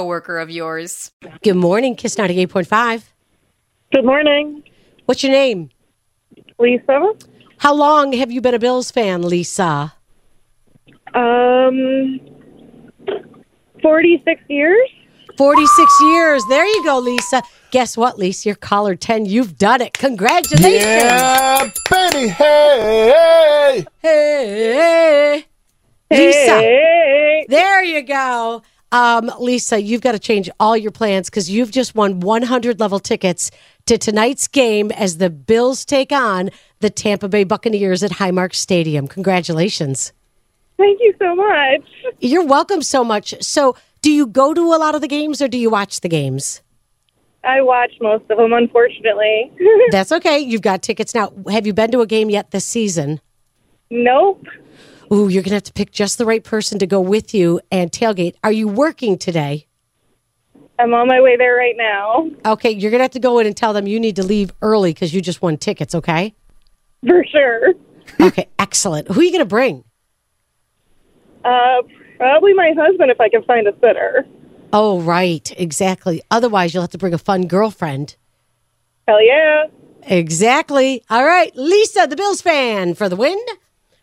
of yours. Good morning, Kiss 98.5. Good morning, What's your name? Lisa. How long have you been a Bills fan, Lisa? Um, 46 years? 46 years. There you go, Lisa. Guess what, Lisa? You're collar 10. You've done it. Congratulations. Yeah, baby. Hey, hey. Hey, Lisa. Hey. There you go. Um, Lisa, you've got to change all your plans because you've just won 100 level tickets to tonight's game as the Bills take on the Tampa Bay Buccaneers at Highmark Stadium. Congratulations. Thank you so much. You're welcome so much. So, do you go to a lot of the games or do you watch the games? I watch most of them, unfortunately. That's okay. You've got tickets now. Have you been to a game yet this season? nope. Ooh, you're going to have to pick just the right person to go with you and tailgate. Are you working today? I'm on my way there right now, Okay, you're going to have to go in and tell them you need to leave early because you just won tickets, okay? for sure. Okay, excellent. Who are you going to bring? Uh, probably my husband if I can find a sitter. Oh, right, exactly. Otherwise, you'll have to bring a fun girlfriend. Hell yeah. Exactly. All right, Lisa, the Bills fan, for the win.